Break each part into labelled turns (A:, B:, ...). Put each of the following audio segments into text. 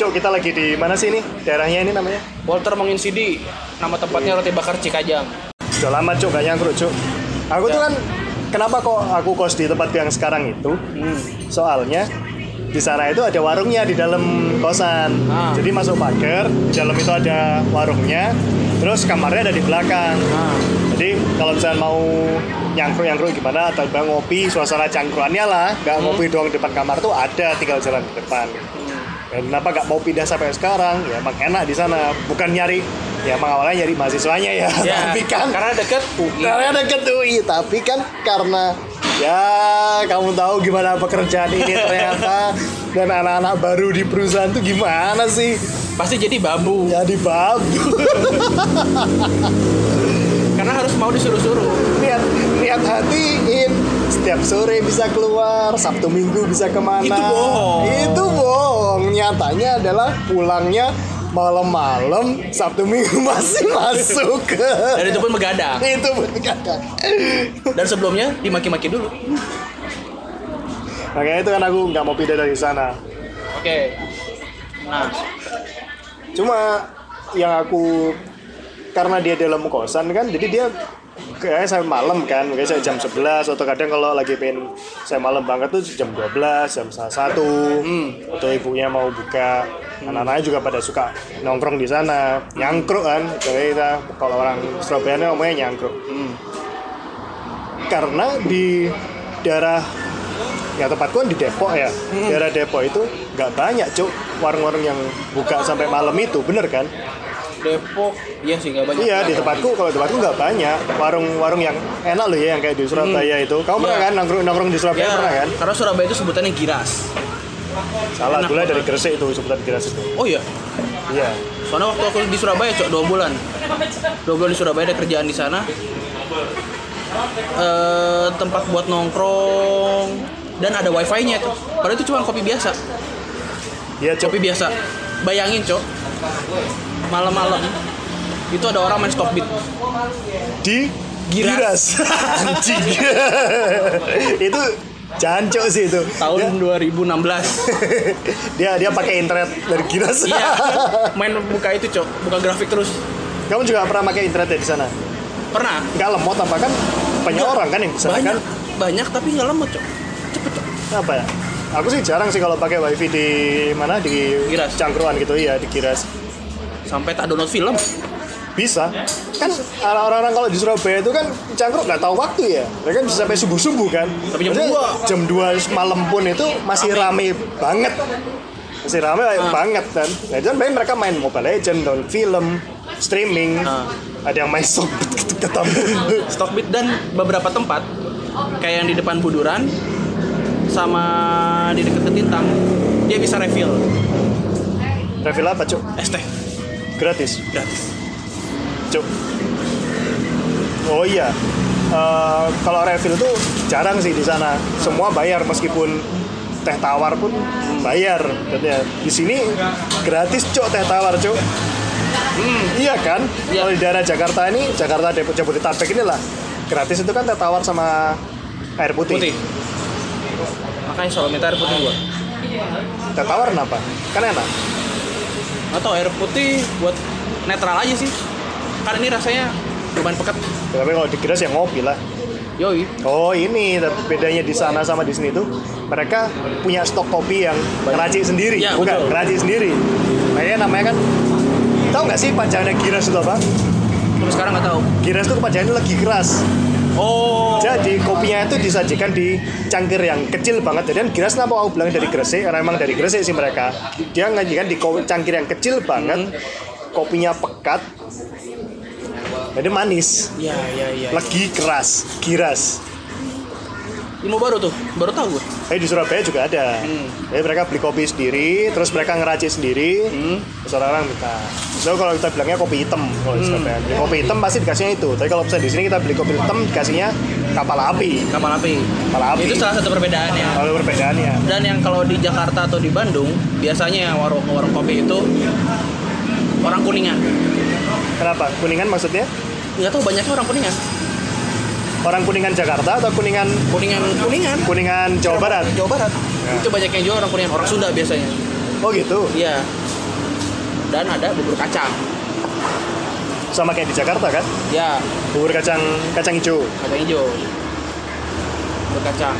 A: Cok, kita lagi di mana sih ini? Daerahnya ini namanya?
B: Walter menginsidi nama tempatnya roti bakar Cikajang.
A: Udah lama Cok, gak nyangkrut Cok. Aku tuh kan, kenapa kok aku kos di tempat yang sekarang itu? Soalnya, di sana itu ada warungnya di dalam kosan.
B: Ah.
A: Jadi masuk pagar, di dalam itu ada warungnya. Terus kamarnya ada di belakang.
B: Nah,
A: Jadi kalau misalnya mau nyangkruk-nyangkruk gimana atau bang ngopi suasana cangkruannya lah nggak
B: Hmm.
A: ngopi doang di depan kamar tuh ada tinggal jalan di depan Ya, kenapa nggak mau pindah sampai sekarang ya emang enak di sana bukan nyari ya emang awalnya nyari mahasiswanya ya,
B: ya,
A: tapi kan
B: karena iya. deket UI.
A: karena deket UI tapi kan karena ya kamu tahu gimana pekerjaan ini ternyata dan anak-anak baru di perusahaan tuh gimana sih Ya,
B: pasti jadi babu.
A: jadi babu
B: Karena harus mau disuruh-suruh.
A: niat niat hati ingin setiap sore bisa keluar sabtu minggu bisa kemana
B: Itu bohong.
A: itu bohong nyatanya adalah pulangnya malam-malam sabtu minggu masih masuk
B: Dan itu pun begadang.
A: itu kan? begadang
B: Dan sebelumnya dimaki-maki dulu.
A: makanya itu kan aku nggak mau pindah dari sana
B: Oke. Nah,
A: cuma yang aku karena dia dalam kosan kan jadi dia kayak saya malam kan kayak saya jam 11 atau kadang kalau lagi pengen saya malam banget tuh jam 12 jam setengah satu atau ibunya mau buka anak-anaknya juga pada suka nongkrong di sana nyangkruk kan jadi kita kalau orang Surabaya ngomongnya nyangkruk karena di daerah ya tempatku kan di Depok ya daerah Depok itu nggak banyak cuk warung-warung yang buka sampai malam itu bener kan
B: Depok, iya sih nggak banyak.
A: iya di tempatku kalau di tempatku nggak banyak warung-warung yang enak loh ya yang kayak di Surabaya itu kamu pernah
B: Iya.
A: kan nongkrong nongkrong di Surabaya
B: Ya,
A: pernah kan
B: karena Surabaya itu sebutannya Giras.
A: salah
B: Enak
A: gula dari
B: banget.
A: Gresik itu sebutan Gresik itu
B: Oh iya,
A: iya
B: soalnya waktu aku di Surabaya cok dua bulan, dua bulan di Surabaya ada kerjaan di sana. Eh, tempat buat nongkrong dan ada wifi-nya tuh. Padahal itu cuma kopi biasa.
A: iya cuk
B: Kopi biasa. Bayangin, Cok. Malam-malam itu ada orang main stop beat.
A: di
B: Giras.
A: Giras, anjing itu jancok sih itu dia,
B: Tahun 2016.
A: dia dia pakai internet dari Giras
B: Iya. Main buka itu, Cok. Buka grafik terus.
A: kamu juga pernah pakai internet ya di sana
B: Pernah.
A: nggak lemot apa kan banyak
B: Nggak.
A: orang kan yang bisa
B: Banyak,
A: kan
B: banyak tapi nggak lama, Cok. Cepet, Cok.
A: apa ya aku sih jarang sih kalau pakai wifi di mana di
B: Giras.
A: cangkruan gitu ya di Giras
B: Sampai tak download film.
A: bisa kan orang-orang kalau di Surabaya itu kan cangkruk nggak tahu waktu ya mereka bisa sampai subuh subuh kan
B: Tapi jam
A: Maksudnya
B: dua.
A: jam 2 malam pun itu masih rame banget masih rame
B: Ah.
A: banget kan nah, itu kan paling mereka main Mobile Legend download film streaming
B: Ah.
A: ada yang main sobet gitu ketemu
B: Stop beat dan beberapa tempat kayak yang di depan Buduran sama di dekat Ketintang dia bisa refill
A: refill apa cuk
B: es teh
A: gratis
B: gratis.
A: Cuk. Oh iya. Eh, kalau refill tuh jarang sih di sana. Semua bayar meskipun teh tawar pun bayar. Dan ya, di sini gratis cok teh tawar cok. iya kan?
B: Iya.
A: Kalau di daerah Jakarta ini, Jakarta Depok Jabodetabek inilah gratis itu kan teh tawar sama air putih.
B: Putih. Makanya selalu minta air putih gua.
A: Teh tawar kenapa? Kan enak.
B: atau air putih buat netral aja sih karena ini rasanya lumayan pekat
A: Ya, Tapi kalau di Gres ya ngopi lah.
B: yoi
A: Oh ini tapi bedanya di sana sama di sini tuh mereka punya stok kopi yang ngeracik sendiri,
B: Iya,
A: bukan
B: betul.
A: ngeracik sendiri. Makanya namanya kan tahu nggak sih panjangannya giras itu apa?
B: tapi sekarang nggak tahu
A: Giras itu panjangannya lagi keras.
B: oh
A: Jadi kopinya itu disajikan di cangkir yang kecil banget. Jadi kan giras kenapa aku bilang dari Gresik? Karena emang dari Gresik sih mereka. Dia ngajikan di ko- cangkir yang kecil banget, kopinya pekat, jadi manis,
B: ya ya ya
A: legi keras, giras.
B: ilmu baru tuh baru tahu gue
A: Eh di Surabaya juga ada.
B: Hmm.
A: Jadi mereka beli kopi sendiri, terus mereka ngeracik sendiri.
B: Hmm.
A: Terus orang-orang minta. So kalau kita bilangnya kopi hitam kalau
B: Hmm.
A: di Surabaya. Beli kopi hitam pasti dikasihnya itu. Tapi kalau misalnya di sini kita beli kopi hitam dikasihnya kapal api.
B: kapal api
A: Kapal api.
B: itu salah satu perbedaannya
A: Kalau perbedaannya.
B: dan yang kalau di Jakarta atau di Bandung biasanya yang warung warung kopi itu orang kuningan
A: Kenapa? Kuningan maksudnya?
B: nggak tahu banyaknya orang kuningan
A: orang Kuningan Jakarta atau Kuningan
B: kuningan kuningan
A: Kuningan Jawa Barat?
B: Jawa Barat
A: Ya.
B: itu banyak yang jual orang kuningan orang Sunda biasanya
A: Oh gitu.
B: iya dan ada bubur kacang
A: Sama kayak di Jakarta kan?
B: ya
A: Bubur kacang kacang hijau.
B: kacang hijau bubur kacang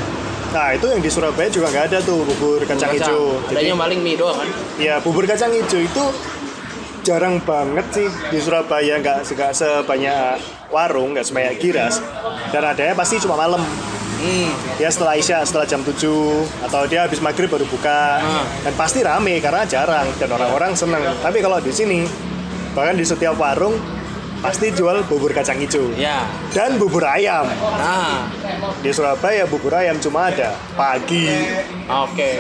A: Nah, itu yang di Surabaya juga nggak ada tuh bubur
B: Bubur
A: kacang hijau. Jadi,
B: adanya paling mie doang kan
A: ya bubur kacang hijau itu jarang banget sih di Surabaya nggak nggak sebanyak warung nggak sebanyak giras dan adanya pasti cuma malam
B: hmm.
A: ya setelah isya setelah jam 7 atau dia habis maghrib baru buka
B: Ah.
A: dan pasti rame karena jarang dan orang-orang seneng tapi kalau di sini bahkan di setiap warung pasti jual bubur kacang hijau
B: ya
A: dan bubur ayam
B: nah
A: di Surabaya bubur ayam cuma ada pagi
B: oke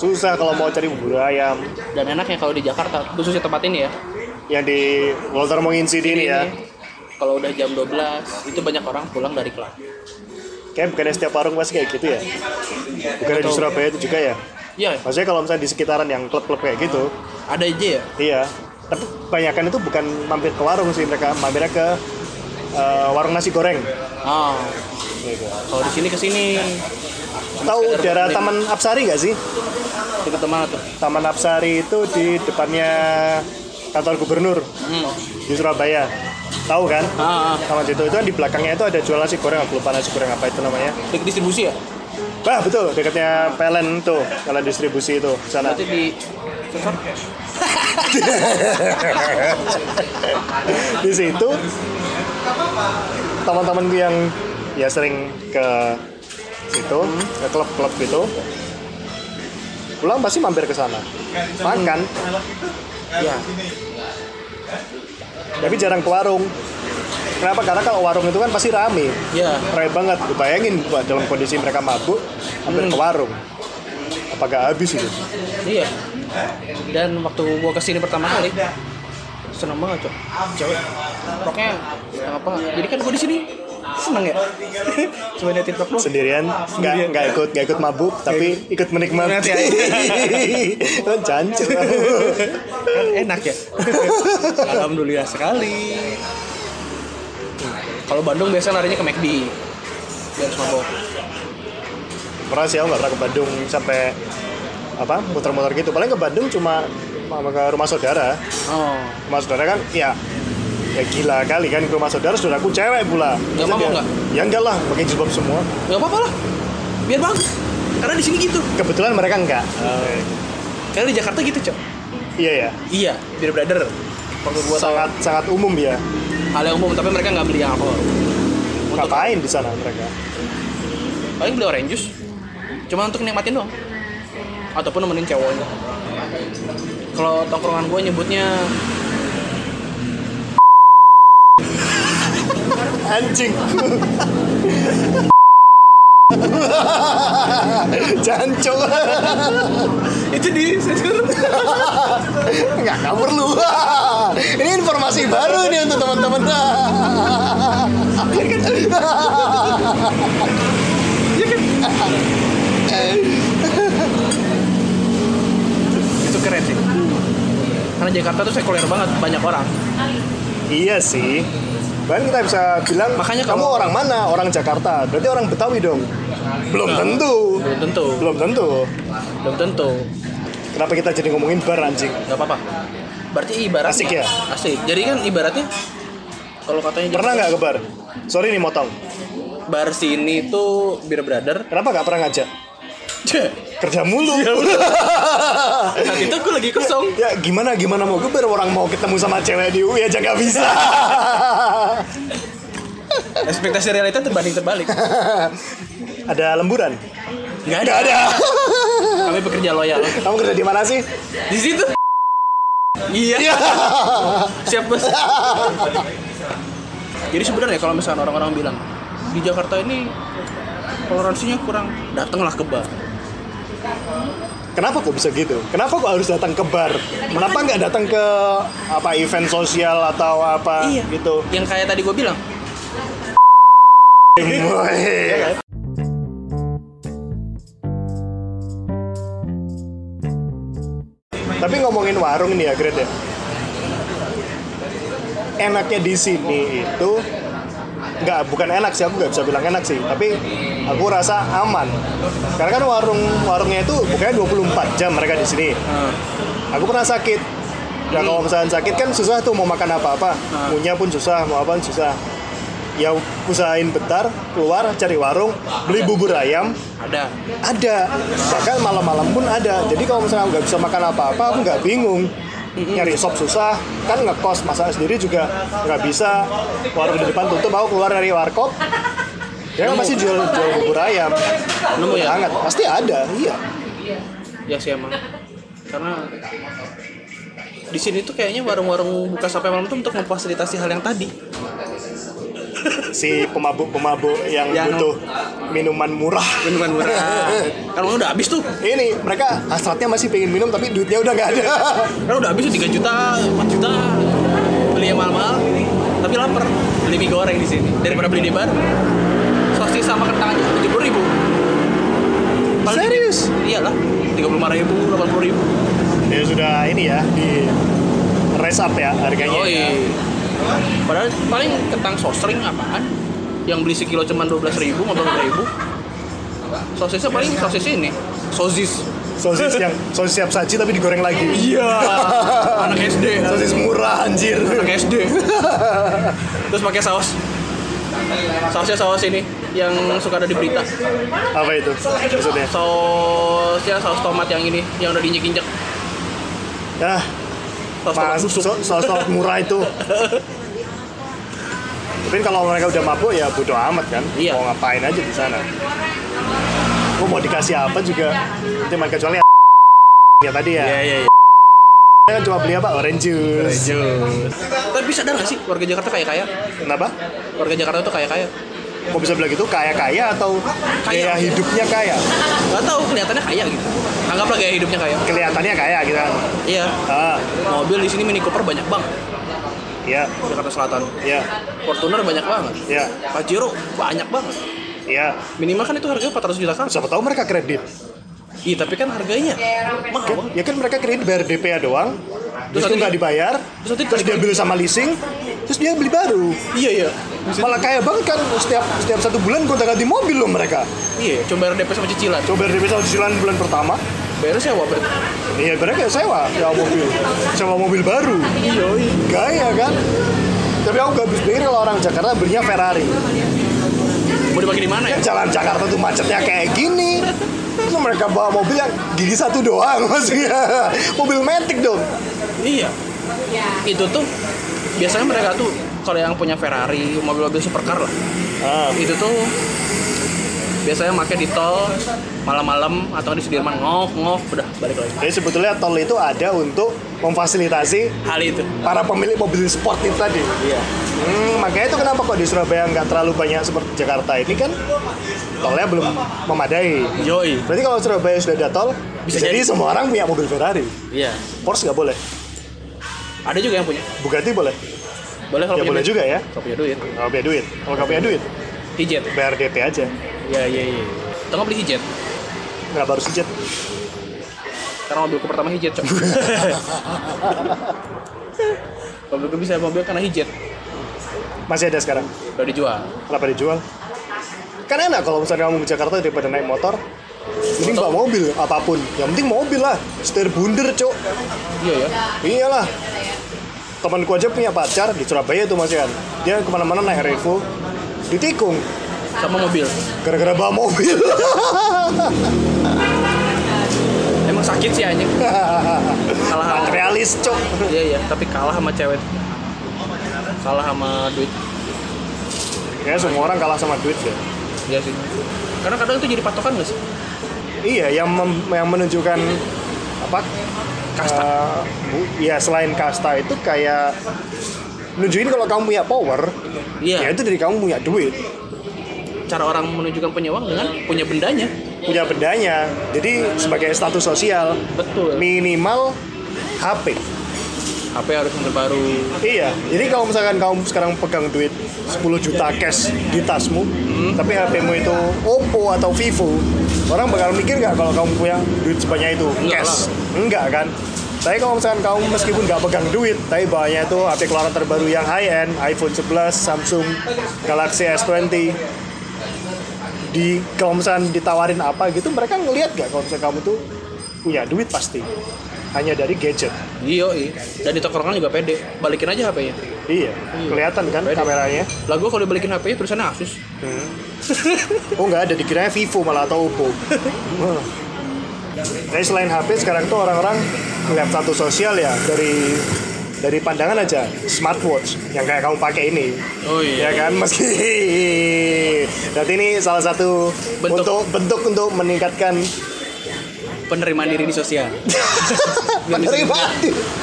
A: susah kalau mau cari bubur ayam
B: dan enaknya kalau di Jakarta khususnya tempat ini ya
A: yang di Walter Monginsi ini ya
B: ini, kalau udah jam 12 itu banyak orang pulang dari kelas
A: kayak bukannya setiap warung pasti kayak gitu ya bukannya di
B: Betul.
A: Surabaya itu juga ya
B: iya
A: maksudnya kalau misalnya di sekitaran yang klub-klub kayak gitu
B: ada aja ya
A: Iya, tapi kebanyakan itu bukan mampir ke warung sih mereka, mampirnya ke eh, warung nasi goreng.
B: oh kalau di sini ke sini
A: Tahu daerah Taman Apsari nggak sih?
B: dekat mana tuh
A: Taman Apsari itu di depannya kantor gubernur
B: hmm.
A: di Surabaya. Tahu kan?
B: ah, ah.
A: Taman situ itu kan di belakangnya itu ada jual nasi goreng, aku lupa nasi goreng apa itu namanya.
B: Dek distribusi ya
A: Nah. Wah betul, dekatnya PLN tuh, jalan distribusi itu di sana.
B: berarti di sensor
A: di situ teman-temanku yang ya sering ke situ ke klub-klub gitu pulang pasti mampir ke sana makan
B: ya
A: tapi jarang ke warung kenapa karena kalau warung itu kan pasti rame
B: ya
A: rame banget Lu bayangin buat dalam kondisi mereka mabuk mampir ke warung apa gak habis itu
B: iya dan waktu gua kesini pertama kali seneng banget cok cewek roknya apa jadi kan gua di sini seneng ya cuma liat tiktok doang
A: sendirian nggak
B: Sendirian.
A: nggak ikut nggak ikut mabuk tapi ikut ya, menikmati kan jancur
B: kan enak ya alhamdulillah sekali kalau Bandung biasanya larinya ke McD biar mabok
A: pernah sih aku nggak pernah ke Bandung sampai apa muter-muter gitu paling ke Bandung cuma sama ke rumah saudara
B: oh
A: rumah saudara kan ya ya gila kali kan ke rumah saudara saudaraku cewek pula Maksudnya
B: Nggak mau
A: dia-
B: nggak?
A: ya enggak lah pakai jilbab semua
B: nggak apa-apa lah biar bagus karena di sini gitu
A: kebetulan mereka enggak
B: karena di Jakarta gitu cok
A: iya ya
B: iya biar brother perlu buat
A: sangat sangat umum ya
B: hal yang umum tapi mereka nggak beli yang alkohol
A: ngapain di sana mereka
B: paling beli orange juice cuma untuk nikmatin doang ataupun nemenin cowoknya kalau tongkrongan gue nyebutnya
A: anjing jancung
B: itu di
A: nggak nggak perlu ini informasi baru nih untuk teman-teman
B: itu keren sih karena Jakarta tuh sekuler banget banyak orang
A: Iya sih. Bahkan kita bisa bilang,
B: Makanya
A: kamu
B: kalau-
A: orang mana? Orang Jakarta. Berarti orang Betawi dong. Belum tentu.
B: belum tentu
A: Belum tentu.
B: belum tentu
A: Kenapa kita jadi ngomongin bar anjing?
B: nggak apa-apa berarti ibarat
A: Asik ya?
B: asik jadi kan ibaratnya kalau katanya gitu,
A: Pernah nggak ke bar? Sorry nih motong.
B: bar sini tuh beer brother
A: Kenapa nggak pernah ngajak? Kerja mulu.
B: Iya, saat itu gue lagi kosong
A: ya gimana gimana mau ke bar orang mau ketemu sama cewek di UI aja nggak bisa.
B: ekspektasi realita terbanding terbalik
A: ada lemburan? Nggak
B: nggak ada
A: ada.
B: kami bekerja loyal
A: Kamu kerja di mana sih?
B: di situ iya
A: Iya.
B: siap bos jadi sebenarnya kalau misalnya orang-orang bilang di Jakarta ini toleransinya kurang datanglah ke bar
A: Kenapa kok bisa gitu? Kenapa kok harus datang ke bar? Kenapa nggak datang ke apa event sosial atau apa
B: Iya.
A: gitu?
B: yang kayak tadi gue bilang Iya,
A: Woi. Tapi ngomongin warung nih ya, Gret ya. Enaknya di sini itu nggak bukan enak sih aku nggak bisa bilang enak sih tapi aku rasa aman karena kan warung warungnya itu bukannya 24 jam mereka di sini
B: Nah,
A: aku pernah sakit dan kalau misalnya sakit kan susah tuh mau makan apa-apa
B: Hmm.
A: punya pun susah mau apa susah ya usahain bentar keluar cari warung beli bubur ayam
B: ada
A: ada bahkan malam-malam pun ada jadi kalau misalnya nggak bisa makan apa-apa aku nggak bingung nyari sop susah kan ngekos masak sendiri juga nggak bisa warung di depan tutup aku keluar dari warkop ya masih jual jual bubur ayam
B: Nemu ya?
A: hangat pasti ada iya
B: ya sih emang karena di sini tuh kayaknya warung-warung buka sampai malam tuh untuk memfasilitasi hal yang tadi
A: si pemabuk pemabuk yang
B: Yang-
A: butuh minuman murah
B: minuman murah kan udah habis tuh
A: ini mereka hasratnya masih pengen minum tapi duitnya udah nggak ada
B: kan udah habis tuh 3 juta 4 juta beli yang mahal-mahal tapi lapar beli mie goreng di sini daripada beli di bar sosis sama kentang aja tujuh puluh ribu
A: serius
B: iyalah tiga puluh lima ribu delapan puluh ribu
A: ya sudah ini ya di raise up ya harganya
B: Yoi.
A: ya.
B: Padahal paling kentang sosring apaan? Yang beli sekilo cuma dua belas ribu, lima ribu. Sosisnya paling sosis ini, sosis.
A: sosis yang sosis siap saji tapi digoreng lagi iya
B: Anak SD,
A: sosis murah anjir
B: anak SD. Terus pakai saus. Sausnya saus ini yang suka ada di berita.
A: apa itu maksudnya
B: Sausnya saus tomat yang ini, yang udah diinjek-injek.
A: ah
B: Saus tomat
A: mas
B: busuk.
A: so, sosis murah itu tapi kalau mereka udah mabuk ya bodo amat kan
B: Iya.
A: mau ngapain aja di sana Gua mau dikasih apa juga cuma kecuali ya tadi ya
B: iya, iya.
A: Saya kan cuma beli apa orange juice
B: Tapi sadar gak sih warga Jakarta kaya kaya?
A: kenapa
B: Warga Jakarta tuh kaya kaya.
A: kok bisa bilang gitu kaya kaya atau gaya
B: Kaya.
A: hidupnya kaya
B: Gak tahu kelihatannya kaya gitu. Anggaplah gaya hidupnya kaya.
A: kelihatannya kaya gitu kan
B: Iya.
A: ah
B: Mobil di sini Mini Cooper banyak banget.
A: iya
B: Jakarta Selatan.
A: iya
B: Fortuner banyak banget.
A: iya
B: Pajero banyak banget.
A: iya
B: Minimal kan itu harganya 400 juta kan?
A: siapa tahu mereka kredit
B: Iya, tapi kan harganya mahal banget.
A: ya kan mereka kredit bayar DP-nya doang
B: Terus
A: terus itu
B: nanti-
A: nggak dibayar
B: terus nanti
A: terus dia
B: dibeli-
A: ambil sama leasing terus dia beli baru
B: Iya, iya. Bisa-
A: malah kaya banget kan setiap setiap satu bulan gonta ganti mobil loh mereka
B: Iya, cuma bayar DP sama cicilan.
A: coba bayar DP sama cicilan bulan pertama
B: Bayarnya sewa berarti.
A: iya mereka sewa sewa mobil sewa mobil baru
B: Iya, iya.
A: gaya kan tapi aku gak habis pikir kalau orang Jakarta belinya Ferrari
B: Mau dipakai di mana ya?
A: Kan jalan Jakarta tuh macetnya kayak gini Terus mereka bawa mobil yang gigi satu doang maksudnya mobil metik dong
B: Iya. Itu tuh biasanya mereka tuh kalau yang punya Ferrari, mobil-mobil supercar lah, itu tuh biasanya pakai di tol malam-malam atau di Sudirman ngof ngof udah balik lagi
A: jadi sebetulnya tol itu ada untuk memfasilitasi
B: hal itu
A: para pemilik mobil sport itu tadi
B: iya
A: Hmm, makanya itu kenapa kok di Surabaya nggak terlalu banyak seperti Jakarta ini kan tolnya belum memadai
B: yoi
A: berarti kalau Surabaya sudah ada tol bisa,
B: Bisa
A: jadi,
B: jadi.
A: semua orang punya mobil Ferrari
B: iya
A: Porsche nggak boleh
B: ada juga yang punya
A: Bugatti boleh
B: boleh kalau
A: ya
B: punya
A: boleh
B: duit.
A: juga ya
B: kalau punya duit
A: kalau punya duit kalau nggak punya duit
B: hijet
A: bayar DP aja
B: iya iya iya Tengok beli hijet
A: nggak baru sijet
B: karena mobilku pertama hijet cok mobilku bisa mobil karena hijet
A: masih ada sekarang
B: udah dijual
A: Kenapa dijual? Kan enak kalau misalnya kamu ke Jakarta daripada naik motor. Mending bawa mobil apapun. Yang penting mobil lah. Setir bunder, Cuk.
B: iya ya
A: Iyalah. Temanku aja punya pacar di Surabaya itu Mas Ian. Dia kemana-mana naik Revo. Ditikung.
B: sama mobil
A: Gara-gara bawa mobil.
B: emang sakit sih anjing kalah sama
A: Realis, Cuk.
B: iya iya tapi kalah sama cewek kalah sama duit
A: Ya semua orang kalah sama duit ya.
B: iya sih karena kadang itu jadi patokan gak sih
A: Iya, yang mem- yang menunjukkan apa
B: kasta
A: Eh, bu, ya selain kasta itu kayak nunjukin kalau kamu punya power,
B: iya
A: ya itu dari kamu punya duit.
B: cara orang menunjukkan punya uang dengan punya bendanya
A: punya bendanya. Jadi sebagai status sosial
B: betul
A: minimal HP.
B: HP harus yang terbaru
A: Iya. Jadi kalau misalkan kamu sekarang pegang duit 10 juta cash di tasmu, tapi HP-mu itu Oppo atau Vivo, orang bakal mikir nggak kalau kamu punya duit sebanyak itu
B: Enggak
A: cash? Enggak kan? Tapi kalau misalkan kamu meskipun nggak pegang duit, tapi bawahnya itu HP keluaran terbaru yang high end, iPhone 11, Samsung Galaxy S20. Di kalau misalkan ditawarin apa gitu, mereka ngelihat nggak kalau misalkan kamu tuh punya duit pasti. Hanya dari gadget.
B: Iya, iya. Dan di tongkrongan juga pede. Balikin aja HP-nya.
A: Iya, kelihatan kan kameranya.
B: Lah gua kalau dibalikin HP-nya tulisannya Asus.
A: Hmm. Oh nggak ada, dikiranya Vivo malah atau Oppo. Wah. Jadi selain HP sekarang tuh orang-orang ngeliat satu sosial ya dari dari pandangan aja smartwatch yang kayak kamu pakai ini
B: Oh
A: ya kan meski berarti ini salah satu
B: Bentuk.
A: untuk bentuk untuk meningkatkan
B: Penerimaan diri di sosial. Biar bisa-
A: penerimaan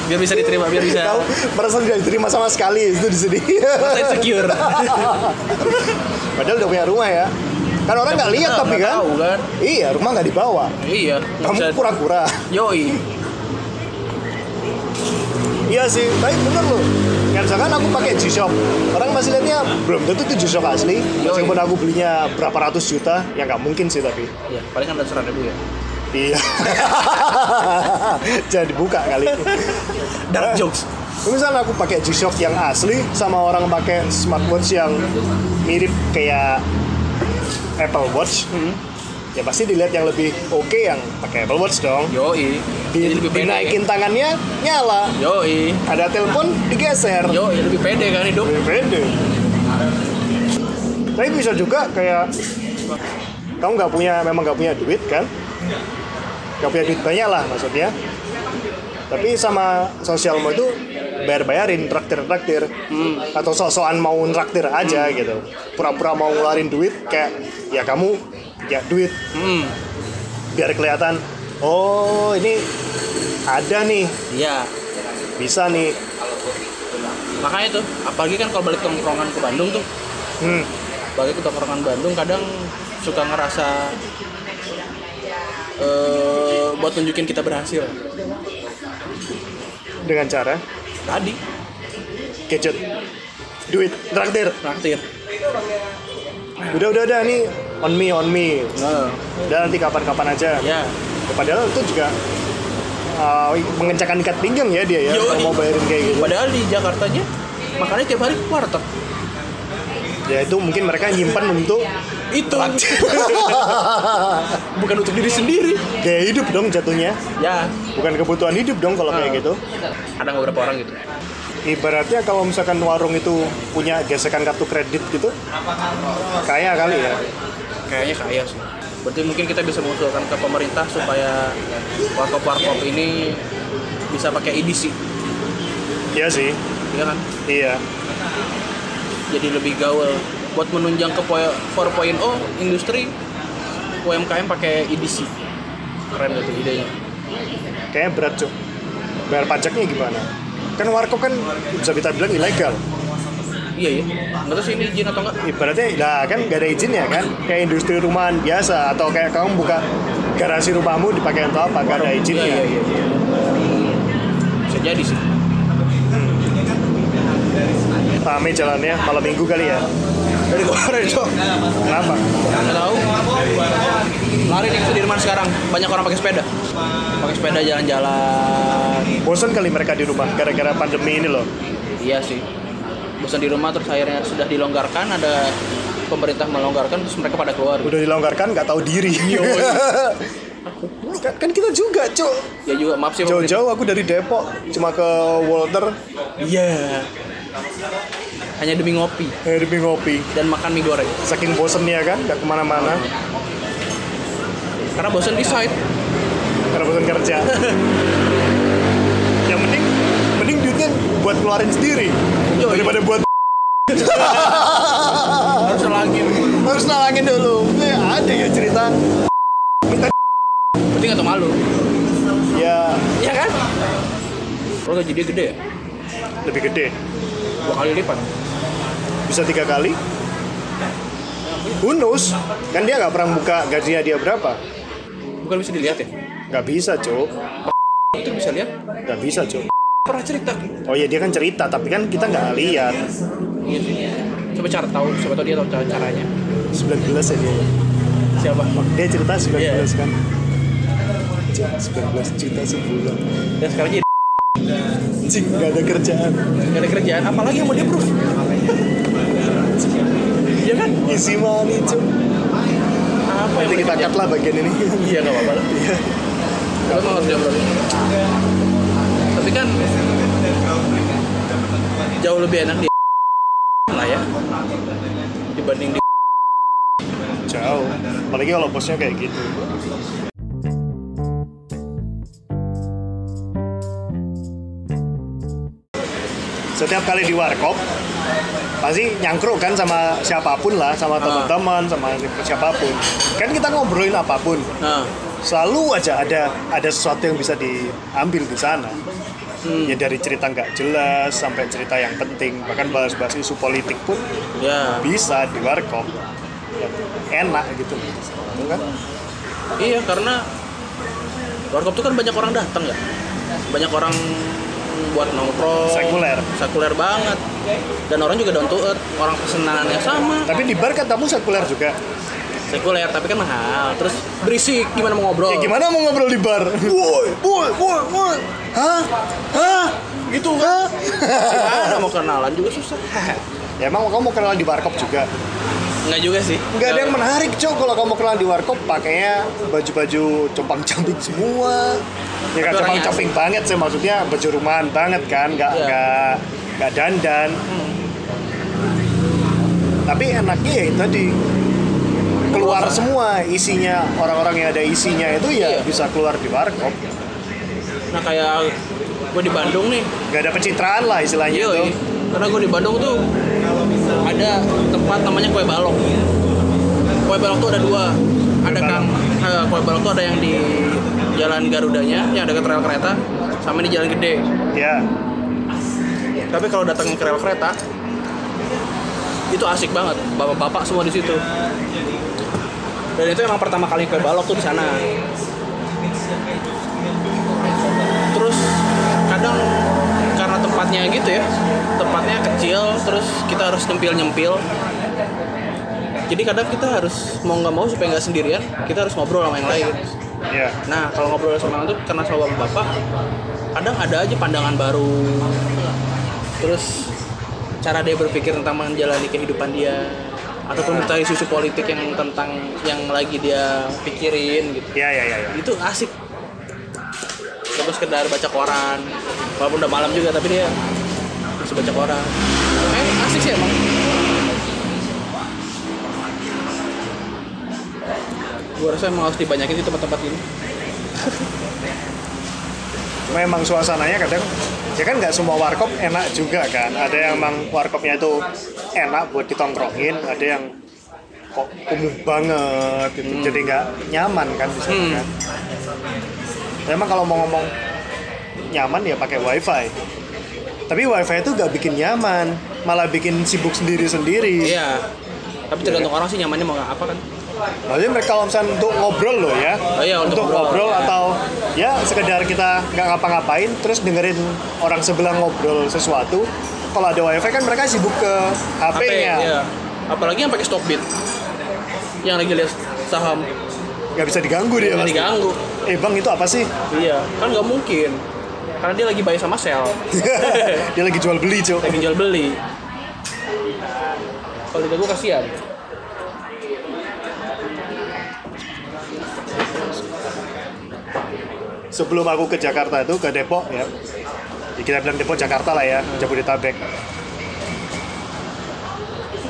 B: Biar bisa diterima, biar bisa
A: Kau merasa tidak diterima sama sekali itu di sini
B: merasa insecure.
A: padahal udah punya rumah ya kan orang nggak lihat
B: Iya, Nggak
A: tapi kan
B: Tahu kan?
A: iya rumah nggak dibawa
B: Iya. nggak
A: kamu
B: bisa-
A: pura-pura
B: Yoi.
A: Iya sih, tapi bener loh. Kan misalkan aku pakai G-Shock, orang masih lihatnya belum tentu itu G-Shock asli. Meskipun aku belinya berapa ratus juta, ya nggak mungkin sih tapi.
B: Iya, paling kan ratusan ribu ya.
A: Iya. Jangan dibuka kali. Eh.
B: Dark jokes.
A: Misalnya aku pakai G-Shock yang asli sama orang pakai smartwatch yang mirip kayak Apple Watch,
B: Hmm.
A: ya pasti dilihat yang lebih oke yang pakai Apple Watch dong.
B: Yoi.
A: Di,
B: Jadi lebih ya? pede. kan?
A: dinaikin tangannya nyala,
B: Yoi.
A: ada telepon digeser.
B: Yoi, lebih pede kan hidup.
A: Beda. Tapi bisa juga kayak kamu nggak punya, memang nggak punya duit kan? Nggak punya duit banyak lah maksudnya. Tapi sama sosialmu itu bayar-bayarin, traktir-traktir atau sok-sokan mau traktir aja gitu. Pura-pura mau ngeluarin duit kayak ya kamu ya duit
B: Hmm.
A: biar kelihatan oh ini ada nih
B: Iya.
A: bisa nih
B: Makanya tuh, apalagi kan kalau balik tongkrongan ke Bandung tuh,
A: hmm.
B: balik ke tongkrongan Bandung kadang suka ngerasa eh buat tunjukin kita berhasil.
A: dengan cara
B: Tadi
A: gadget duit traktir
B: traktir.
A: udah udah udah nih on me on me
B: Nah,
A: udah nanti kapan-kapan aja
B: ya.
A: padahal itu juga uh, mengencangkan ikat pinggang ya dia ya
B: Yoi.
A: kalau mau bayarin kayak gitu
B: Padahal di Jakarta aja makanya tiap hari warteg.
A: ya itu mungkin mereka nyimpan untuk
B: Itu bukan untuk diri sendiri.
A: gaya hidup dong jatuhnya
B: Ya,
A: bukan kebutuhan hidup dong kalau
B: Hmm.
A: kayak gitu
B: ada beberapa orang gitu.
A: ibaratnya kalau misalkan warung itu punya gesekan kartu kredit gitu kaya kali ya
B: Kayaknya kaya sih. Berarti mungkin kita bisa mengusulkan ke pemerintah supaya warkop-warkop ini bisa pakai E edisi,
A: iya sih
B: ya kan?
A: iya
B: Jadi lebih gaul. Buat menunjang ke poi- 4.0 oh, industri UMKM pakai edisi. Keren gitu idenya.
A: kayaknya berat cuk bayar pajaknya gimana kan warkop kan bisa kita bilang ilegal
B: Iya ya. Nggak tahu sih ini izin atau enggak.
A: ibaratnya lah kan gak ada izin ya kan kayak industri rumahan biasa atau kayak kamu buka garasi rumahmu dipakai untuk apa gak ada
B: Iya iya
A: izinnya
B: iya. iya. Bisa jadi sih.
A: rame jalannya malam minggu kali ya
B: Dari kemarin cok.
A: kenapa
B: Nggak tahu. Lari nih ke Sudirman sekarang. Banyak orang pakai sepeda. Pakai sepeda jalan-jalan.
A: bosan kali mereka di rumah gara-gara pandemi ini loh
B: Iya sih. Bosan di rumah terus akhirnya sudah dilonggarkan ada pemerintah melonggarkan terus mereka pada keluar.
A: udah dilonggarkan nggak tahu diri kan, kan kita juga cok
B: Ya juga maaf sih pemerintah.
A: jauh-jauh aku dari Depok cuma ke Walter
B: Iya. Hanya demi ngopi
A: eh, demi ngopi
B: dan makan mie goreng.
A: saking bosennya kan nggak kemana-mana
B: Karena bosan di site.
A: karena bosan kerja yang mending mending duitnya buat keluarin sendiri
B: Yo, iya.
A: daripada buat
B: harus lagi.
A: harus nalangin dulu ya, ada ya cerita
B: Berarti nggak tau malu.
A: ya
B: Iya kan? Kalau gaji dia gede ya,
A: lebih gede
B: dua kali lipat.
A: bisa tiga kali Hunus kan dia nggak pernah buka gajinya dia berapa
B: Bukan bisa dilihat ya?
A: nggak bisa cuk
B: Itu bisa lihat.
A: nggak bisa cuk
B: Pernah cerita.
A: oh iya dia kan cerita tapi kan kita nggak lihat
B: Iya sih. Coba cara tahu, coba tahu dia tahu cara caranya.
A: 19 ya dia
B: Siapa?
A: dia cerita 19
B: Iya.
A: kan Cuk, 19 juta sebulan
B: Dan sekarang jadi
A: anjing nggak ada kerjaan
B: nggak ada kerjaan apalagi yang mau di-approve iya kan
A: isi money cuy
B: apa yang
A: nanti kita cut lah bagian ini
B: iya nggak apa-apa lah Tapi emang harus jam berapa? tapi kan jauh lebih enak di lah ya dibanding di
A: jauh apalagi kalau bosnya kayak gitu setiap kali di warkop pasti nyangkruk kan sama siapapun lah
B: Ah.
A: sama teman-teman sama siapapun kan kita ngobrolin apapun
B: nah
A: selalu aja ada ada sesuatu yang bisa diambil di sana
B: Hmm.
A: ya dari cerita nggak jelas sampai cerita yang penting bahkan bahas-bahas isu politik pun
B: ya
A: bisa di warkop Ya, enak gitu Betul kan
B: Iya karena warkop tuh kan banyak orang datang ya, banyak orang buat nongkrong.
A: Sekuler.
B: Sekuler banget. Dan orang juga down to earth, orang pesenannya sama.
A: tapi di bar kan tamu sekuler juga
B: Sekuler tapi kan mahal. Terus berisik gimana mau ngobrol?
A: ya gimana mau ngobrol di bar
B: Woi, woi, woi, woi.
A: hah hah gitu hah
B: Gimana mau kenalan juga susah.
A: ya emang kamu mau kenalan di warkop juga
B: Enggak juga sih.
A: nggak ada yang menarik cok kalau kamu kenalan di warkop pakainya baju-baju compang camping semua ya kan
B: Tapi
A: compang
B: orangnya
A: camping banget sih maksudnya baju rumahan banget kan nggak
B: Iya. Hmm.
A: nggak nggak dandan tapi enaknya ya itu tadi keluar
B: Keluar.
A: semua isinya orang-orang yang ada isinya itu ya
B: Iya.
A: bisa keluar di warkop
B: Nah kayak gue di Bandung nih,
A: nggak ada pencitraan lah istilahnya
B: Iya,
A: itu
B: iya. karena gue di Bandung tuh ada tempat namanya kue balok. Kue balok tuh ada dua. Ada
A: Balok.
B: kang eh, kue balok tuh ada yang di Jalan Garudanya, yang dekat rel kereta, sama di Jalan Gede.
A: ya
B: Tapi kalau datangnya ke rel kereta, itu asik banget. Bapak-bapak semua di situ. Dan itu emang pertama kali kue balok tuh di sana. Terus kadang karena tempatnya gitu ya, tempatnya kecil, terus kita harus nyempil-nyempil. Jadi kadang kita harus mau nggak mau supaya nggak sendirian, kita harus ngobrol sama yang lain.
A: ya
B: Nah, kalau ngobrol sama orang tuh karena sama bapak, kadang ada aja pandangan baru. Terus cara dia berpikir tentang menjalani kehidupan dia ataupun tentang isu politik yang tentang yang lagi dia pikirin gitu.
A: ya ya ya, ya.
B: Itu asik. Terus sekedar baca koran. Walaupun udah malam juga tapi dia masih baca koran. Eh, asik sih emang. Gua rasa emang harus dibanyakin di tempat-tempat ini.
A: memang suasananya kadang ya kan nggak semua warkop enak juga kan ada yang emang warkopnya itu enak buat ditongkrongin ada yang kok kumuh banget gitu jadi nggak nyaman kan di sana
B: Hmm.
A: kan memang kalau mau ngomong nyaman ya pakai wifi tapi wifi itu nggak bikin nyaman malah bikin sibuk sendiri sendiri
B: Iya. Tapi tergantung orang sih nyamannya mau apa kan.
A: Maksudnya Nah, mereka kalau misalnya untuk ngobrol loh ya,
B: Oh iya, untuk
A: untuk, ngobrol
B: ngobrol, ya.
A: atau ya sekedar kita nggak ngapa-ngapain, terus dengerin orang sebelah ngobrol sesuatu. Kalau ada wifi kan mereka sibuk ke ya. HP-nya,
B: iya. Apalagi yang pakai Stockbit. Yang lagi lihat saham
A: nggak bisa diganggu dia Iya,
B: yang
A: pasti.
B: Iya, diganggu.
A: Eh bang itu apa sih?
B: Iya, kan nggak mungkin. Karena dia lagi bayi sama sel,
A: dia lagi jual beli cuy.
B: lagi jual beli. Kalau diganggu kasihan.
A: Sebelum aku ke Jakarta itu ke Depok ya, ya kita bilang Depok Jakarta lah ya, Jabodetabek.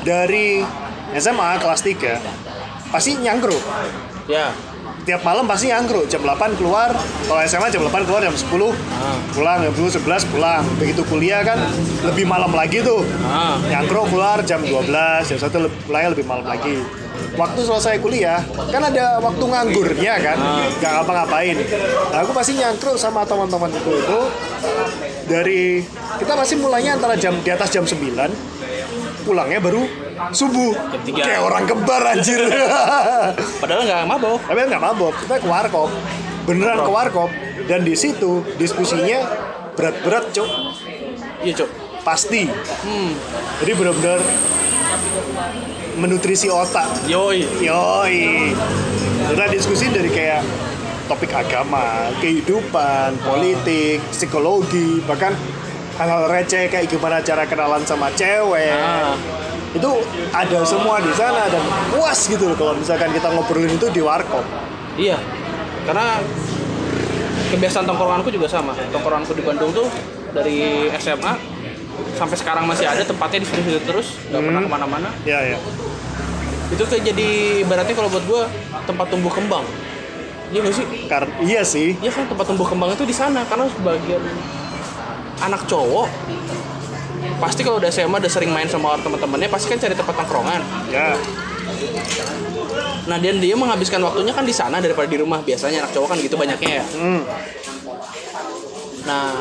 A: Dari SMA kelas 3 pasti nyangkruk.
B: Ya.
A: tiap malam pasti angkruk jam 8 keluar kalau SMA jam 8 keluar jam 10 pulang jam 10 11 pulang begitu kuliah kan lebih malam lagi tuh
B: Ah.
A: nyangkruk keluar jam 12 jam 1 le- pulangnya lebih malam lagi waktu selesai kuliah kan ada waktu nganggurnya kan nggak ngapa-ngapain nah, aku pasti nyangkruk sama teman-teman itu itu dari kita pasti mulainya antara jam di atas jam 9 pulangnya baru subuh
B: tiga.
A: kayak orang kembar anjir
B: Padahal nggak mabok.
A: tapi kan nggak mabok kita ke warkop beneran ke warkop dan di situ diskusinya berat-berat cok
B: Iya, Cuk.
A: pasti
B: Hmm.
A: jadi bener-bener menutrisi otak
B: Yoi.
A: yoi kita diskusi dari kayak topik agama kehidupan politik psikologi bahkan hal-hal receh kayak gimana cara kenalan sama cewek
B: Ah.
A: itu ada semua di sana dan puas gitu loh kalau misalkan kita ngobrolin itu di warkop
B: Iya, karena kebiasaan tongkronganku juga sama. Tongkronganku di Bandung tuh dari SMA sampai sekarang masih ada tempatnya di situ-situ terus, nggak pernah kemana-mana.
A: ya ya
B: Itu kayak jadi ibaratnya kalau buat gue tempat tumbuh kembang. Iya nggak sih?
A: karena iya sih
B: Iya kan tempat tumbuh kembang itu di sana karena sebagian anak cowok pasti kalau udah SMA udah sering main sama orang teman-temannya pasti kan cari tempat tongkrongan.
A: ya
B: Nah dan dia menghabiskan waktunya kan di sana daripada di rumah biasanya anak cowok kan gitu banyaknya ya.
A: hmm.
B: Nah,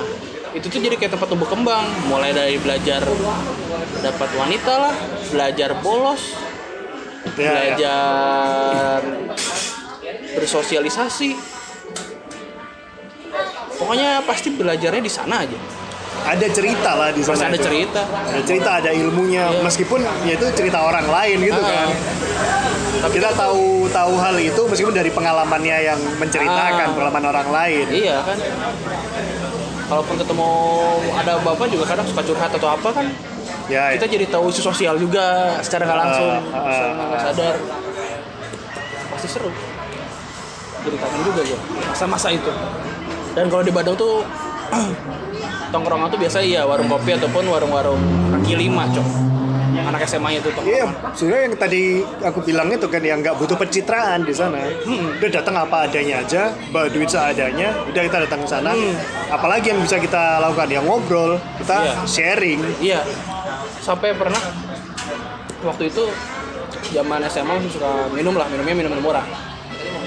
B: itu tuh jadi kayak tempat tumbuh kembang, mulai dari belajar dapat wanita lah, belajar bolos,
A: ya, ya.
B: belajar bersosialisasi. Pokoknya pasti belajarnya di sana aja.
A: ada cerita lah di
B: Pasti
A: sana
B: ada
A: itu.
B: cerita.
A: ada cerita ada ilmunya
B: Iya.
A: meskipun ya itu cerita orang lain gitu
B: Ah.
A: kan
B: Tapi
A: kita tahu tahu hal itu meskipun dari pengalamannya yang menceritakan
B: Ah.
A: pengalaman orang lain
B: Iya kan. Kalaupun ketemu ada bapak juga kadang suka curhat atau apa kan,
A: ya
B: kita jadi tahu isu sosial juga secara nggak langsung
A: Ah, ah,
B: secara nggak
A: ah.
B: sadar pasti seru jadi kangen juga ya masa-masa itu dan kalau di Bandung tuh tongkrongan tuh biasa ya warung kopi ataupun warung-warung kaki lima cok anak SMA itu
A: Iya,
B: tongkrongan
A: sebenarnya yang tadi aku bilang itu kan yang nggak butuh pencitraan di sana.
B: Hmm.
A: Udah datang apa adanya aja, bawa duit seadanya, udah kita datang ke sana. Apalagi yang bisa kita lakukan ya ngobrol, kita
B: Hmm. Iya.
A: sharing.
B: iya sampai pernah waktu itu zaman SMA masih suka minum lah minumnya minuman murah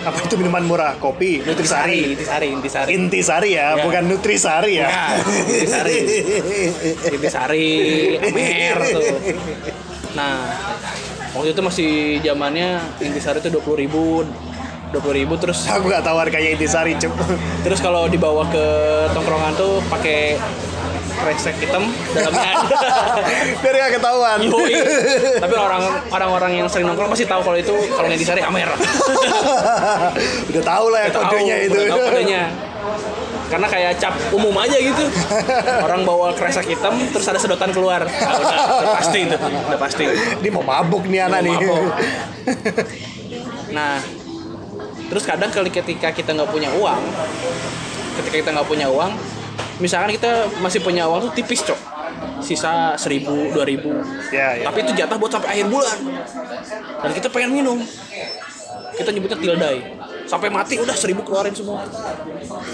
A: Apa itu minuman murah? Kopi, nutrisari.
B: intisari intisari
A: Intisari ya,
B: Iya.
A: bukan nutrisari ya.
B: Iya, nutrisari. Intisari, Amer tuh. Nah, waktu itu masih zamannya Intisari tuh 20 ribu, 20 ribu terus
A: aku nggak tahu harganya intisari, cuk.
B: terus kalau dibawa ke tongkrongan tuh pakai kresek hitam dalamnya ada.
A: Biar nggak ketahuan.
B: Yoi. Tapi orang orang-orang yang sering nongkrong pasti tahu kalau itu kalau nggak Intisari Amer.
A: udah tahu lah ya
B: Tahu,
A: kodenya itu.
B: udah tahu kodenya. Karena kayak cap umum aja gitu. Orang bawa kresek hitam terus ada sedotan keluar. Ah, udah, udah pasti itu, udah pasti.
A: Ini mau mabuk nih anak
B: Mau
A: nih.
B: mabuk. Nah, terus kadang kali ketika kita nggak punya uang, ketika kita nggak punya uang, misalkan kita masih punya uang tuh tipis cok, sisa seribu, dua ribu,
A: ya, ya.
B: tapi itu jatah buat sampai akhir bulan, dan kita pengen minum, kita nyebutnya tildai, sampai mati udah seribu keluarin semua,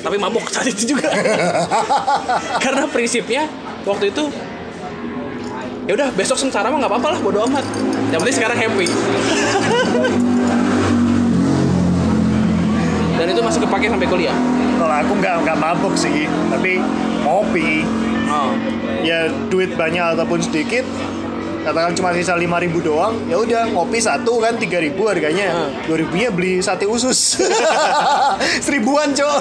B: tapi mabok saat itu juga, karena prinsipnya waktu itu ya udah besok sengsara mah nggak apa-apa lah bodo amat yang penting sekarang happy dan itu masih kepake sampai kuliah
A: Kalau aku nggak nggak mabuk sih, tapi ngopi.
B: oh
A: Ya duit banyak ataupun sedikit, katakan cuma sisa 5000 doang, ya udah ngopi satu kan 3000 harganya.
B: Hmm.
A: 2000-nya beli sate usus. Seribuan, Cok.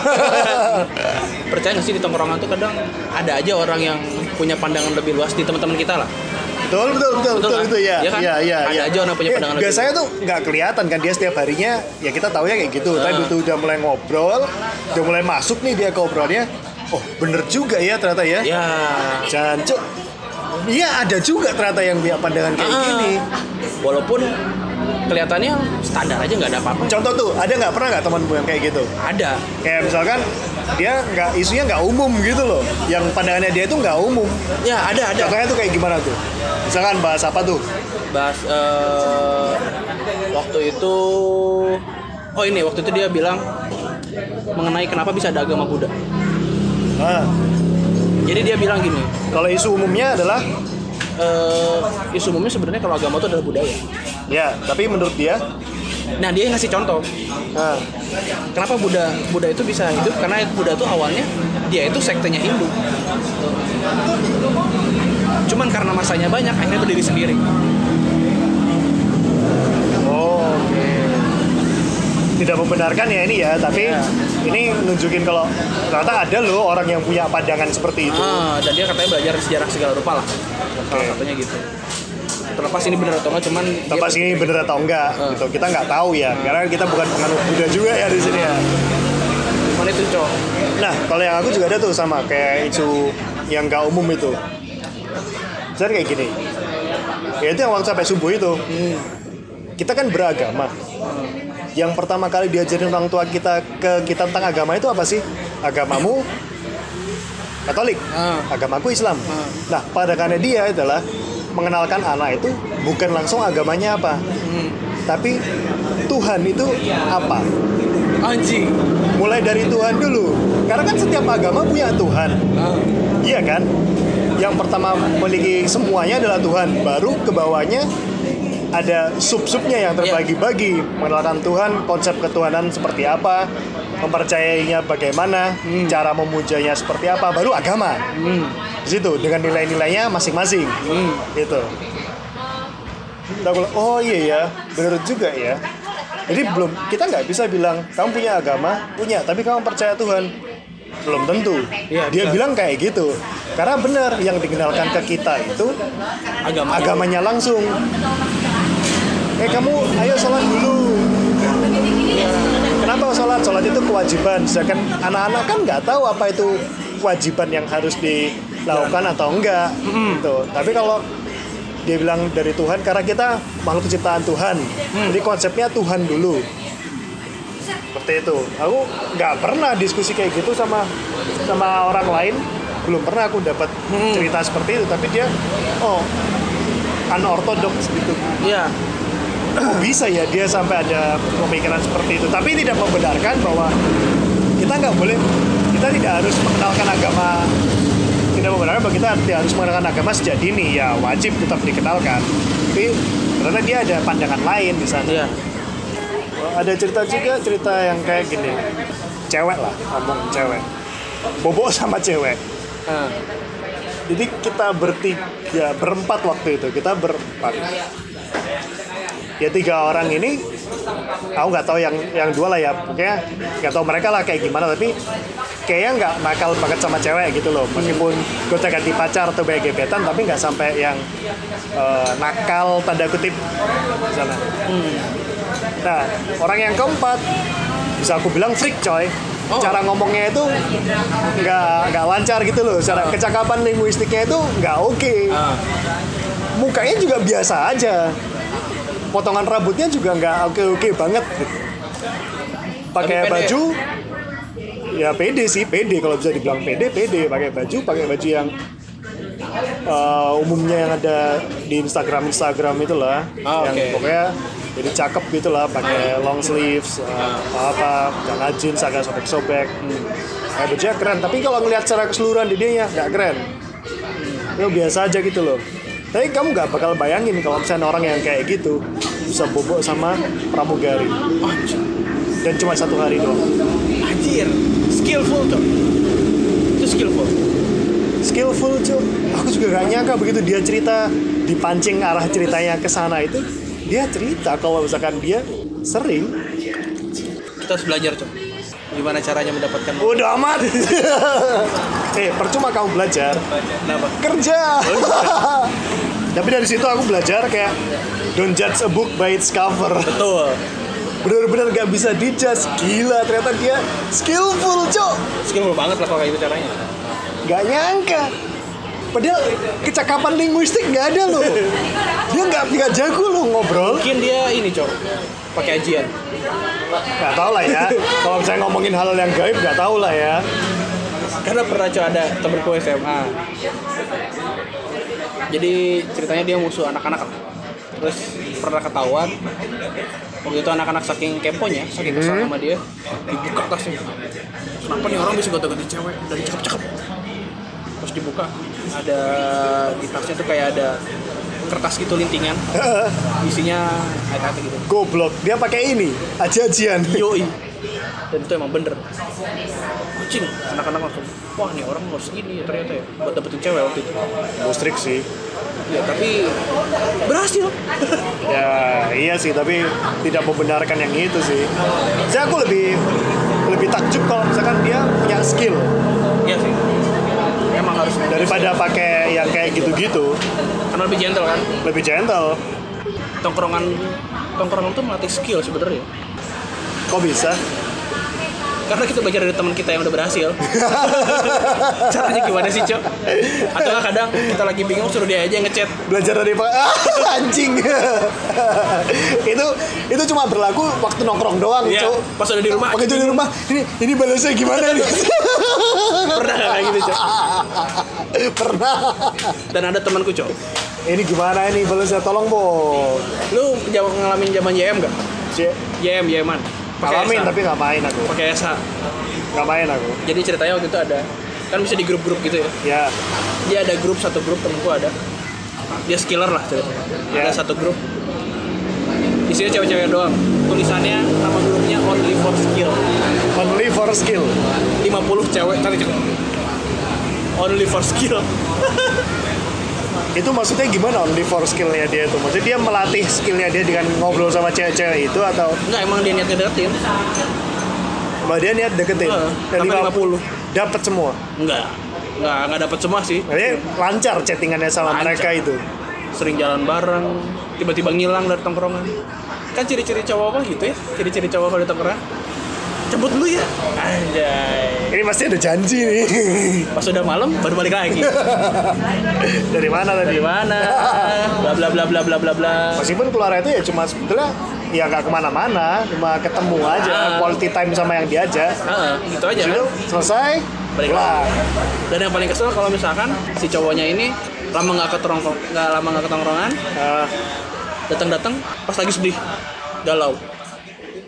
B: percaya nggak sih di tongkrongan tuh kadang ada aja orang yang punya pandangan lebih luas di teman-teman kita lah
A: betul, betul, betul,
B: Betul
A: betul,
B: kan?
A: betul, ya.
B: Iya kan?
A: Ya, ya,
B: Ada
A: ya.
B: aja orang punya
A: Ya,
B: pandangan lebih.
A: Biasanya tuh nggak kelihatan kan dia setiap harinya, ya kita tahu ya kayak gitu. Tapi
B: Hmm.
A: begitu udah mulai ngobrol, udah mulai masuk nih dia ke obrolannya. Oh, bener juga ya ternyata ya.
B: ya
A: Jangan, Cok. Iya ada juga ternyata yang punya pandangan kayak
B: Ah.
A: gini.
B: walaupun kelihatannya standar aja nggak ada apa-apa
A: Contoh tuh, ada nggak pernah nggak temanmu yang kayak gitu?
B: ada
A: Kayak misalkan dia nggak isunya nggak umum gitu loh. Yang pandangannya dia itu nggak umum.
B: ya ada ada
A: Contohnya tuh kayak gimana tuh? Misalkan bahas apa tuh?
B: bahas eh, waktu itu oh ini waktu itu dia bilang mengenai kenapa bisa ada agama Buddha
A: Nah,
B: jadi dia bilang gini
A: kalau isu umumnya adalah
B: eh isu umumnya sebenarnya kalau agama itu adalah budaya.
A: ya, tapi menurut dia,
B: Nah dia ngasih contoh,
A: nah,
B: kenapa Buddha Buddha itu bisa hidup karena Buddha itu awalnya dia itu sektenya Hindu. Cuman karena masanya banyak akhirnya berdiri sendiri.
A: oh, oke. tidak membenarkan ya ini ya, tapi
B: Iya.
A: ini nunjukin kalau ternyata ada loh orang yang punya pandangan seperti itu.
B: Ah, dan dia katanya belajar sejarah segala rupa lah. Salah
A: Oke.
B: satunya gitu. Terlepas ini benar atau enggak, cuman dia-
A: tempat sini bener atau enggak
B: Eh.
A: gitu kita nggak tahu ya karena kita bukan penganut Buddha juga ya di sini ya
B: cuman itu cowok.
A: nah kalau yang aku juga ada tuh sama kayak isu yang nggak umum itu saya kayak gini ya itu yang waktu sampai subuh itu kita kan beragama yang pertama kali diajarin orang tua kita ke kita tentang agama itu apa sih agamamu Katolik
B: Ah.
A: agamaku Islam
B: Ah.
A: nah pada karena dia adalah mengenalkan anak itu bukan langsung agamanya apa
B: Hmm.
A: tapi Tuhan itu apa
B: Anjing.
A: mulai dari Tuhan dulu karena kan setiap agama punya Tuhan
B: Ah.
A: Iya kan? Yang pertama memiliki semuanya adalah Tuhan, baru ke bawahnya ada sub-subnya yang
B: Iya.
A: terbagi-bagi mengenalkan Tuhan, konsep ketuhanan seperti apa, mempercayainya bagaimana, cara memujanya seperti apa, baru agama.
B: Hmm.
A: Di situ dengan nilai-nilainya masing-masing.
B: Hmm.
A: Gitu. Kita bilang, oh iya ya, bener juga ya. Jadi belum kita nggak bisa bilang kamu punya agama, punya, tapi kamu percaya Tuhan. Belum tentu.
B: Iya,
A: Dia
B: betul.
A: bilang kayak gitu. Karena benar yang dikenalkan ke kita itu
B: Agama.
A: agamanya langsung. Eh kamu ayo sholat dulu. Kenapa sholat? Sholat itu kewajiban. Sedangkan anak-anak kan nggak tahu apa itu kewajiban yang harus dilakukan atau enggak. Gitu. Tapi kalau dia bilang dari Tuhan karena kita makhluk ciptaan Tuhan. Jadi konsepnya Tuhan dulu. Seperti itu. Aku nggak pernah diskusi kayak gitu sama sama orang lain. Belum pernah aku dapat cerita seperti itu. Tapi dia, oh, anortodoks gitu
B: Iya.
A: kok bisa ya dia sampai ada pemikiran seperti itu tapi tidak membenarkan bahwa kita nggak boleh kita tidak harus mengenalkan agama tidak membenarkan bahwa kita tidak harus mengenalkan agama sejak dini ya wajib tetap dikenalkan tapi karena dia ada pandangan lain di sana
B: Iya.
A: ada cerita juga cerita yang kayak gini cewek lah ngomong cewek bobo sama cewek
B: Ah.
A: jadi kita bertiga ya, berempat waktu itu kita berempat ya tiga orang ini aku nggak tahu yang yang dua lah ya pokoknya nggak tahu mereka lah kayak gimana tapi kayaknya nggak nakal banget sama cewek gitu loh meskipun gonta ganti pacar atau banyak gebetan tapi nggak sampai yang eh, nakal tanda kutip di sana
B: Hmm.
A: nah orang yang keempat bisa aku bilang freak coy
B: Oh.
A: cara ngomongnya itu nggak nggak lancar gitu loh cara kecakapan linguistiknya itu nggak oke
B: Oh. Ah.
A: mukanya juga biasa aja potongan rambutnya juga nggak oke oke banget pakai
B: Tapi pede.
A: baju ya pede sih pede kalau bisa dibilang pede pede pakai baju pakai baju yang eh, umumnya yang ada di Instagram Instagram itulah
B: Ah,
A: yang
B: oke. Ah.
A: pokoknya jadi cakep gitulah pakai long sleeves eh, apa apa jeans agak sobek sobek
B: Hmm.
A: kayak Eh, bajunya keren tapi kalau ngelihat secara keseluruhan di dia ya, nggak keren lo biasa aja gitu loh tapi kamu nggak bakal bayangin kalau misalnya orang yang kayak gitu bisa bobok sama pramugari
B: Anjing.
A: dan cuma satu hari doang
B: Ah, Anjir. Skillful tuh. Itu skillful.
A: skillful cuy aku juga gak nyangka begitu dia cerita dipancing arah ceritanya ke sana itu dia cerita kalau misalkan dia sering
B: Kita harus belajar tuh. Gimana caranya mendapatkan
A: udah amat eh percuma kamu belajar
B: Kenapa?
A: kerja tapi dari situ aku belajar kayak don't judge a book by its cover
B: Betul.
A: bener-bener gak bisa dijudge gila ternyata dia skillful cok
B: Skillful banget lah kalau kayak gitu caranya.
A: gak nyangka padahal kecakapan linguistik gak ada loh dia gak, nggak jago loh ngobrol
B: Mungkin dia ini, Cok. Pakai ajian.
A: gak tau lah ya kalau misalnya ngomongin hal yang gaib gak tau lah ya
B: karena pernah cuy ada temenku SMA jadi ceritanya dia musuh anak-anak terus pernah ketahuan waktu itu anak-anak saking keponya saking kesal sama dia dibuka tasnya kenapa nih orang bisa gonta-ganti cewek dari cakep-cakep terus dibuka ada di tasnya tuh kayak ada kertas gitu lintingan isinya ayat-ayat gitu
A: goblok dia pakai ini aja-ajian
B: Yoi. Dan itu emang bener. Kucing, anak-anak langsung, wah nih orang harus gini ya ternyata ya. Buat dapetin cewek waktu itu.
A: musrik sih
B: Ya tapi berhasil.
A: ya iya sih tapi tidak membenarkan yang itu sih saya aku lebih lebih takjub kalau misalkan dia punya skill
B: Iya sih. Emang harus.
A: daripada pakai yang kayak gitu-gitu
B: Karena lebih gentle kan.
A: lebih gentle
B: Tongkrongan tongkrongan tuh melatih skill sebenarnya.
A: kok bisa
B: karena kita belajar dari teman kita yang udah berhasil caranya gimana sih cok atau nggak kadang kita lagi bingung suruh dia aja yang ngechat
A: belajar dari pak anjing itu itu cuma berlaku waktu nongkrong doang
B: Iya,
A: Cuk.
B: pas udah di rumah,
A: begitu di rumah ini ini balasnya gimana nih
B: pernah nggak kayak gitu cok
A: pernah
B: dan ada temanku cok
A: ini gimana ini balasnya tolong bo
B: lu jam- ngalamin zaman YM gak
A: Cie,
B: YM YMan
A: alamin
B: SH.
A: tapi nggak main aku
B: pakai SH
A: nggak main aku
B: jadi ceritanya waktu itu ada kan bisa di grup-grup gitu ya
A: ya
B: dia ada grup satu grup temenku ada dia skiller lah ceritanya
A: Ya.
B: ada satu grup isinya cewek-cewek doang tulisannya nama grupnya only for skill
A: only for skill
B: 50 cewek tadi cek. only for skill
A: itu maksudnya gimana only for skillnya dia itu maksudnya dia melatih skillnya dia dengan ngobrol sama cewek-cewek itu atau
B: enggak emang dia niatnya deketin
A: mbak dia niat deketin
B: Heeh,
A: dan
B: sampai
A: 50 dapat semua
B: enggak enggak enggak dapet semua sih
A: Jadi lancar chattingannya sama
B: Lancar.
A: mereka itu.
B: sering jalan bareng tiba-tiba ngilang dari tongkrongan kan ciri-ciri cowok apa gitu ya ciri-ciri cowok kalau di tongkrongan cabut dulu ya anjay
A: Ini pasti ada janji nih.
B: pas udah malam baru balik lagi
A: Dari mana tadi?
B: dari mana bla bla bla bla bla bla bla
A: Meskipun keluar itu ya cuma sebetulnya ya nggak kemana-mana, cuma ketemu aja,
B: Ah.
A: quality time sama yang diajak.
B: Ah, gitu aja kan
A: Itu selesai,
B: Balik
A: pulang.
B: dan yang paling kesel kalau misalkan si cowoknya ini lama nggak ketongkrong nggak lama nggak ketongkrongan
A: Ah,
B: datang datang pas lagi sedih galau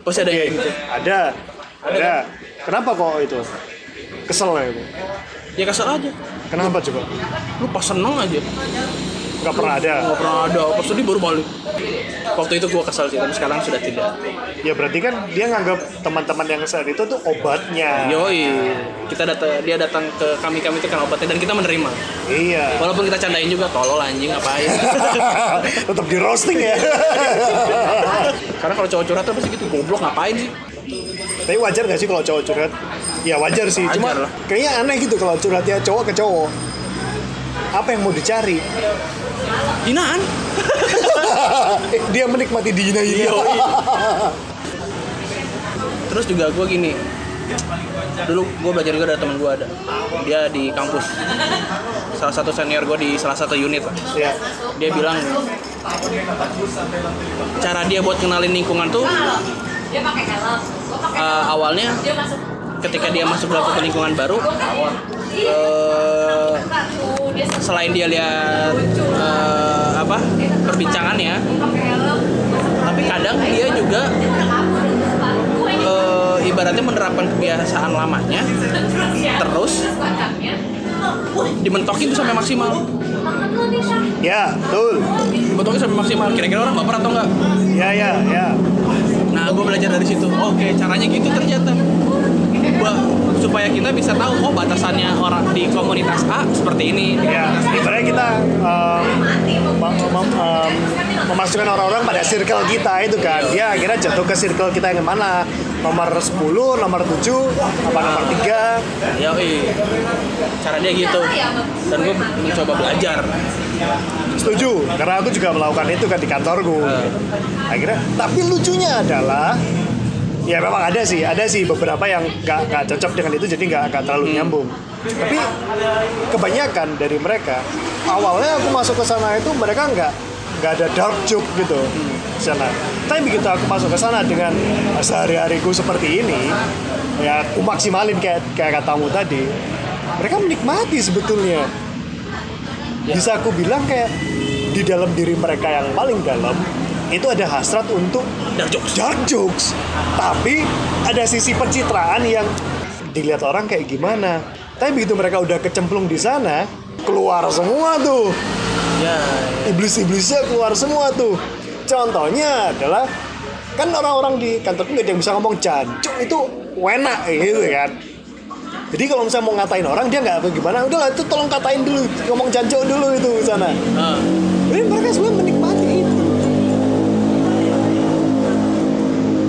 B: pasti ada yang kayak gitu
A: ada,
B: Ada
A: ada. Kenapa kok itu? Kesel ya itu.
B: ya kasar aja
A: Kenapa coba?
B: lu pas seneng aja
A: Nggak pernah ada.
B: nggak pernah ada pas sedih baru balik waktu itu gua kesel sih tapi sekarang sudah tidak
A: Ya berarti kan dia nganggap teman-teman yang saat itu tuh obatnya.
B: yoi kita datang dia datang ke kami kami itu kan obatnya dan kita menerima
A: Iya.
B: walaupun kita candain juga tolol anjing ngapain
A: Tetap di roasting ya.
B: karena kalau cowok curhat tuh pasti gitu goblok ngapain sih
A: Tapi wajar gak sih kalau cowok curhat? Ya wajar sih,
B: Wajar
A: cuma
B: lah.
A: kayaknya aneh gitu kalau curhatnya cowok ke cowok. Apa yang mau dicari?
B: hinaan
A: Eh, Dia menikmati dihina ini.
B: Yoi. Terus juga gue gini Dulu gue belajar juga dari temen gue ada Dia di kampus Salah satu senior gue di salah satu unit lah
A: ya.
B: Dia bilang Cara dia buat kenalin lingkungan tuh
C: dia pakai helm gue pakai
B: eh, Awalnya
C: dia masuk kan-
B: ketika dia masuk dalam satu lingkungan baru eh,
C: kartu Iya, dia selalu
B: Selain dia lihat eh, apa perbincangannya
C: pakai helm
B: Tapi kadang dia juga
C: dia udah kabur dari depan gue ini
B: eh, ibaratnya menerapkan kebiasaan lamanya
C: terus ya
B: terus
C: terus kocaknya
B: dimentokin tuh sampai maksimal
C: makan lo nih Syah
A: Ya, betul.
B: dimentokin sampai maksimal kira-kira orang baper atau enggak
A: Ya, ya, ya.
B: nah gue belajar dari situ oke caranya gitu ternyata Ba- supaya kita bisa tahu oh batasannya orang di komunitas A seperti ini
A: Ya, sebenarnya kita um, mem- mem- um, memasukkan orang-orang pada circle kita itu kan. Dia akhirnya jatuh ke circle kita yang mana? Nomor 10, nomor 7, apa nomor 3?
B: ya cara dia gitu dan gue mencoba belajar
A: Setuju, karena aku juga melakukan itu kan di kantorku. Akhirnya, tapi lucunya adalah ya memang ada sih, ada sih beberapa yang nggak nggak cocok dengan itu jadi nggak nggak terlalu nyambung. Tapi kebanyakan dari mereka awalnya aku masuk ke sana itu mereka nggak nggak ada dark joke gitu di sana. Tapi begitu aku masuk ke sana dengan sehari-hariku seperti ini, ya aku maksimalin kayak kayak katamu tadi. Mereka menikmati sebetulnya bisa aku bilang kayak di dalam diri mereka yang paling dalam itu ada hasrat untuk
B: dark jokes
A: dark jokes tapi ada sisi pencitraan yang dilihat orang kayak gimana tapi begitu mereka udah kecemplung di sana keluar semua tuh
B: ya
A: iblis-iblisnya keluar semua tuh contohnya adalah kan orang-orang di kantor nggak ada yang bisa ngomong jancuk itu enak gitu kan jadi kalau misalnya mau ngatain orang dia nggak apa gimana udahlah itu tolong katain dulu ngomong jancuk dulu itu di sana
B: Nah,
A: jadi mereka sebenarnya menikmati itu.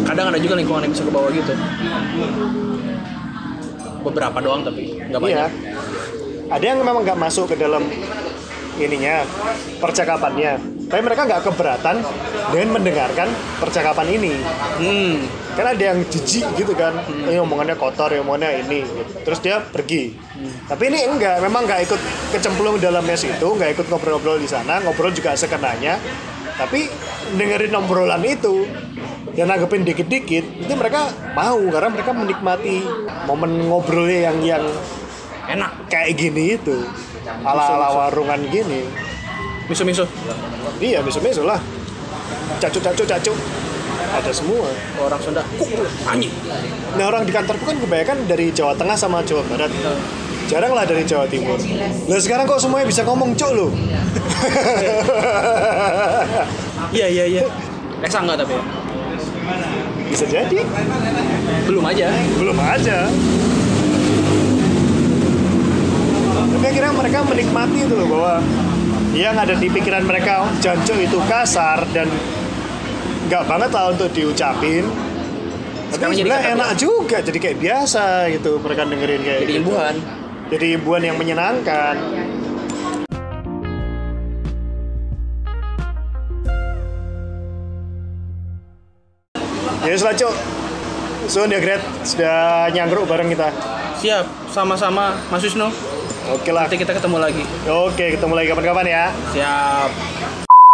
B: kadang ada juga lingkungan yang bisa ke bawah gitu beberapa doang tapi
A: Iya.
B: nggak banyak
A: Ada yang memang nggak masuk ke dalam ininya percakapannya. Tapi mereka nggak keberatan dengan mendengarkan percakapan ini.
B: hmm
A: karena Kan ada yang jijik gitu kan ini omongannya kotor ya omongannya ini gitu. terus dia pergi tapi ini enggak memang nggak ikut kecemplung dalamnya situ nggak ikut ngobrol-ngobrol di sana ngobrol juga sekenanya tapi dengerin obrolan itu dan anggapin dikit-dikit itu mereka mau karena mereka menikmati momen ngobrolnya yang yang
B: enak
A: kayak gini itu ala-ala warungan gini
B: miso miso
A: iya misu-misu lah cacu-cacu cacu ada semua
B: orang Sunda kuk anjing
A: Nah orang di kantorku kan kebanyakan dari Jawa Tengah sama Jawa Barat Jarang lah dari Jawa Timur Lah sekarang kok semuanya bisa ngomong cok lo
B: iya iya iya Reksa enggak tapi ya?
A: Bisa jadi
B: belum aja
A: Belum aja Tapi akhirnya mereka menikmati itu loh bahwa Yang ada di pikiran mereka Janco itu kasar dan nggak banget lah untuk diucapin
B: Sekarang
A: Tapi
B: jadi
A: sebenarnya
B: kata-
A: enak juga jadi kayak biasa gitu mereka dengerin kayak
B: jadi
A: gitu.
B: imbuhan
A: jadi imbuhan yang menyenangkan Ya sudah Cuk. Sun ya Gret, sudah nyangkruk bareng kita.
B: siap sama-sama Mas Wisnu
A: Oke lah.
B: nanti kita ketemu lagi
A: Oke, ketemu lagi kapan-kapan ya.
B: siap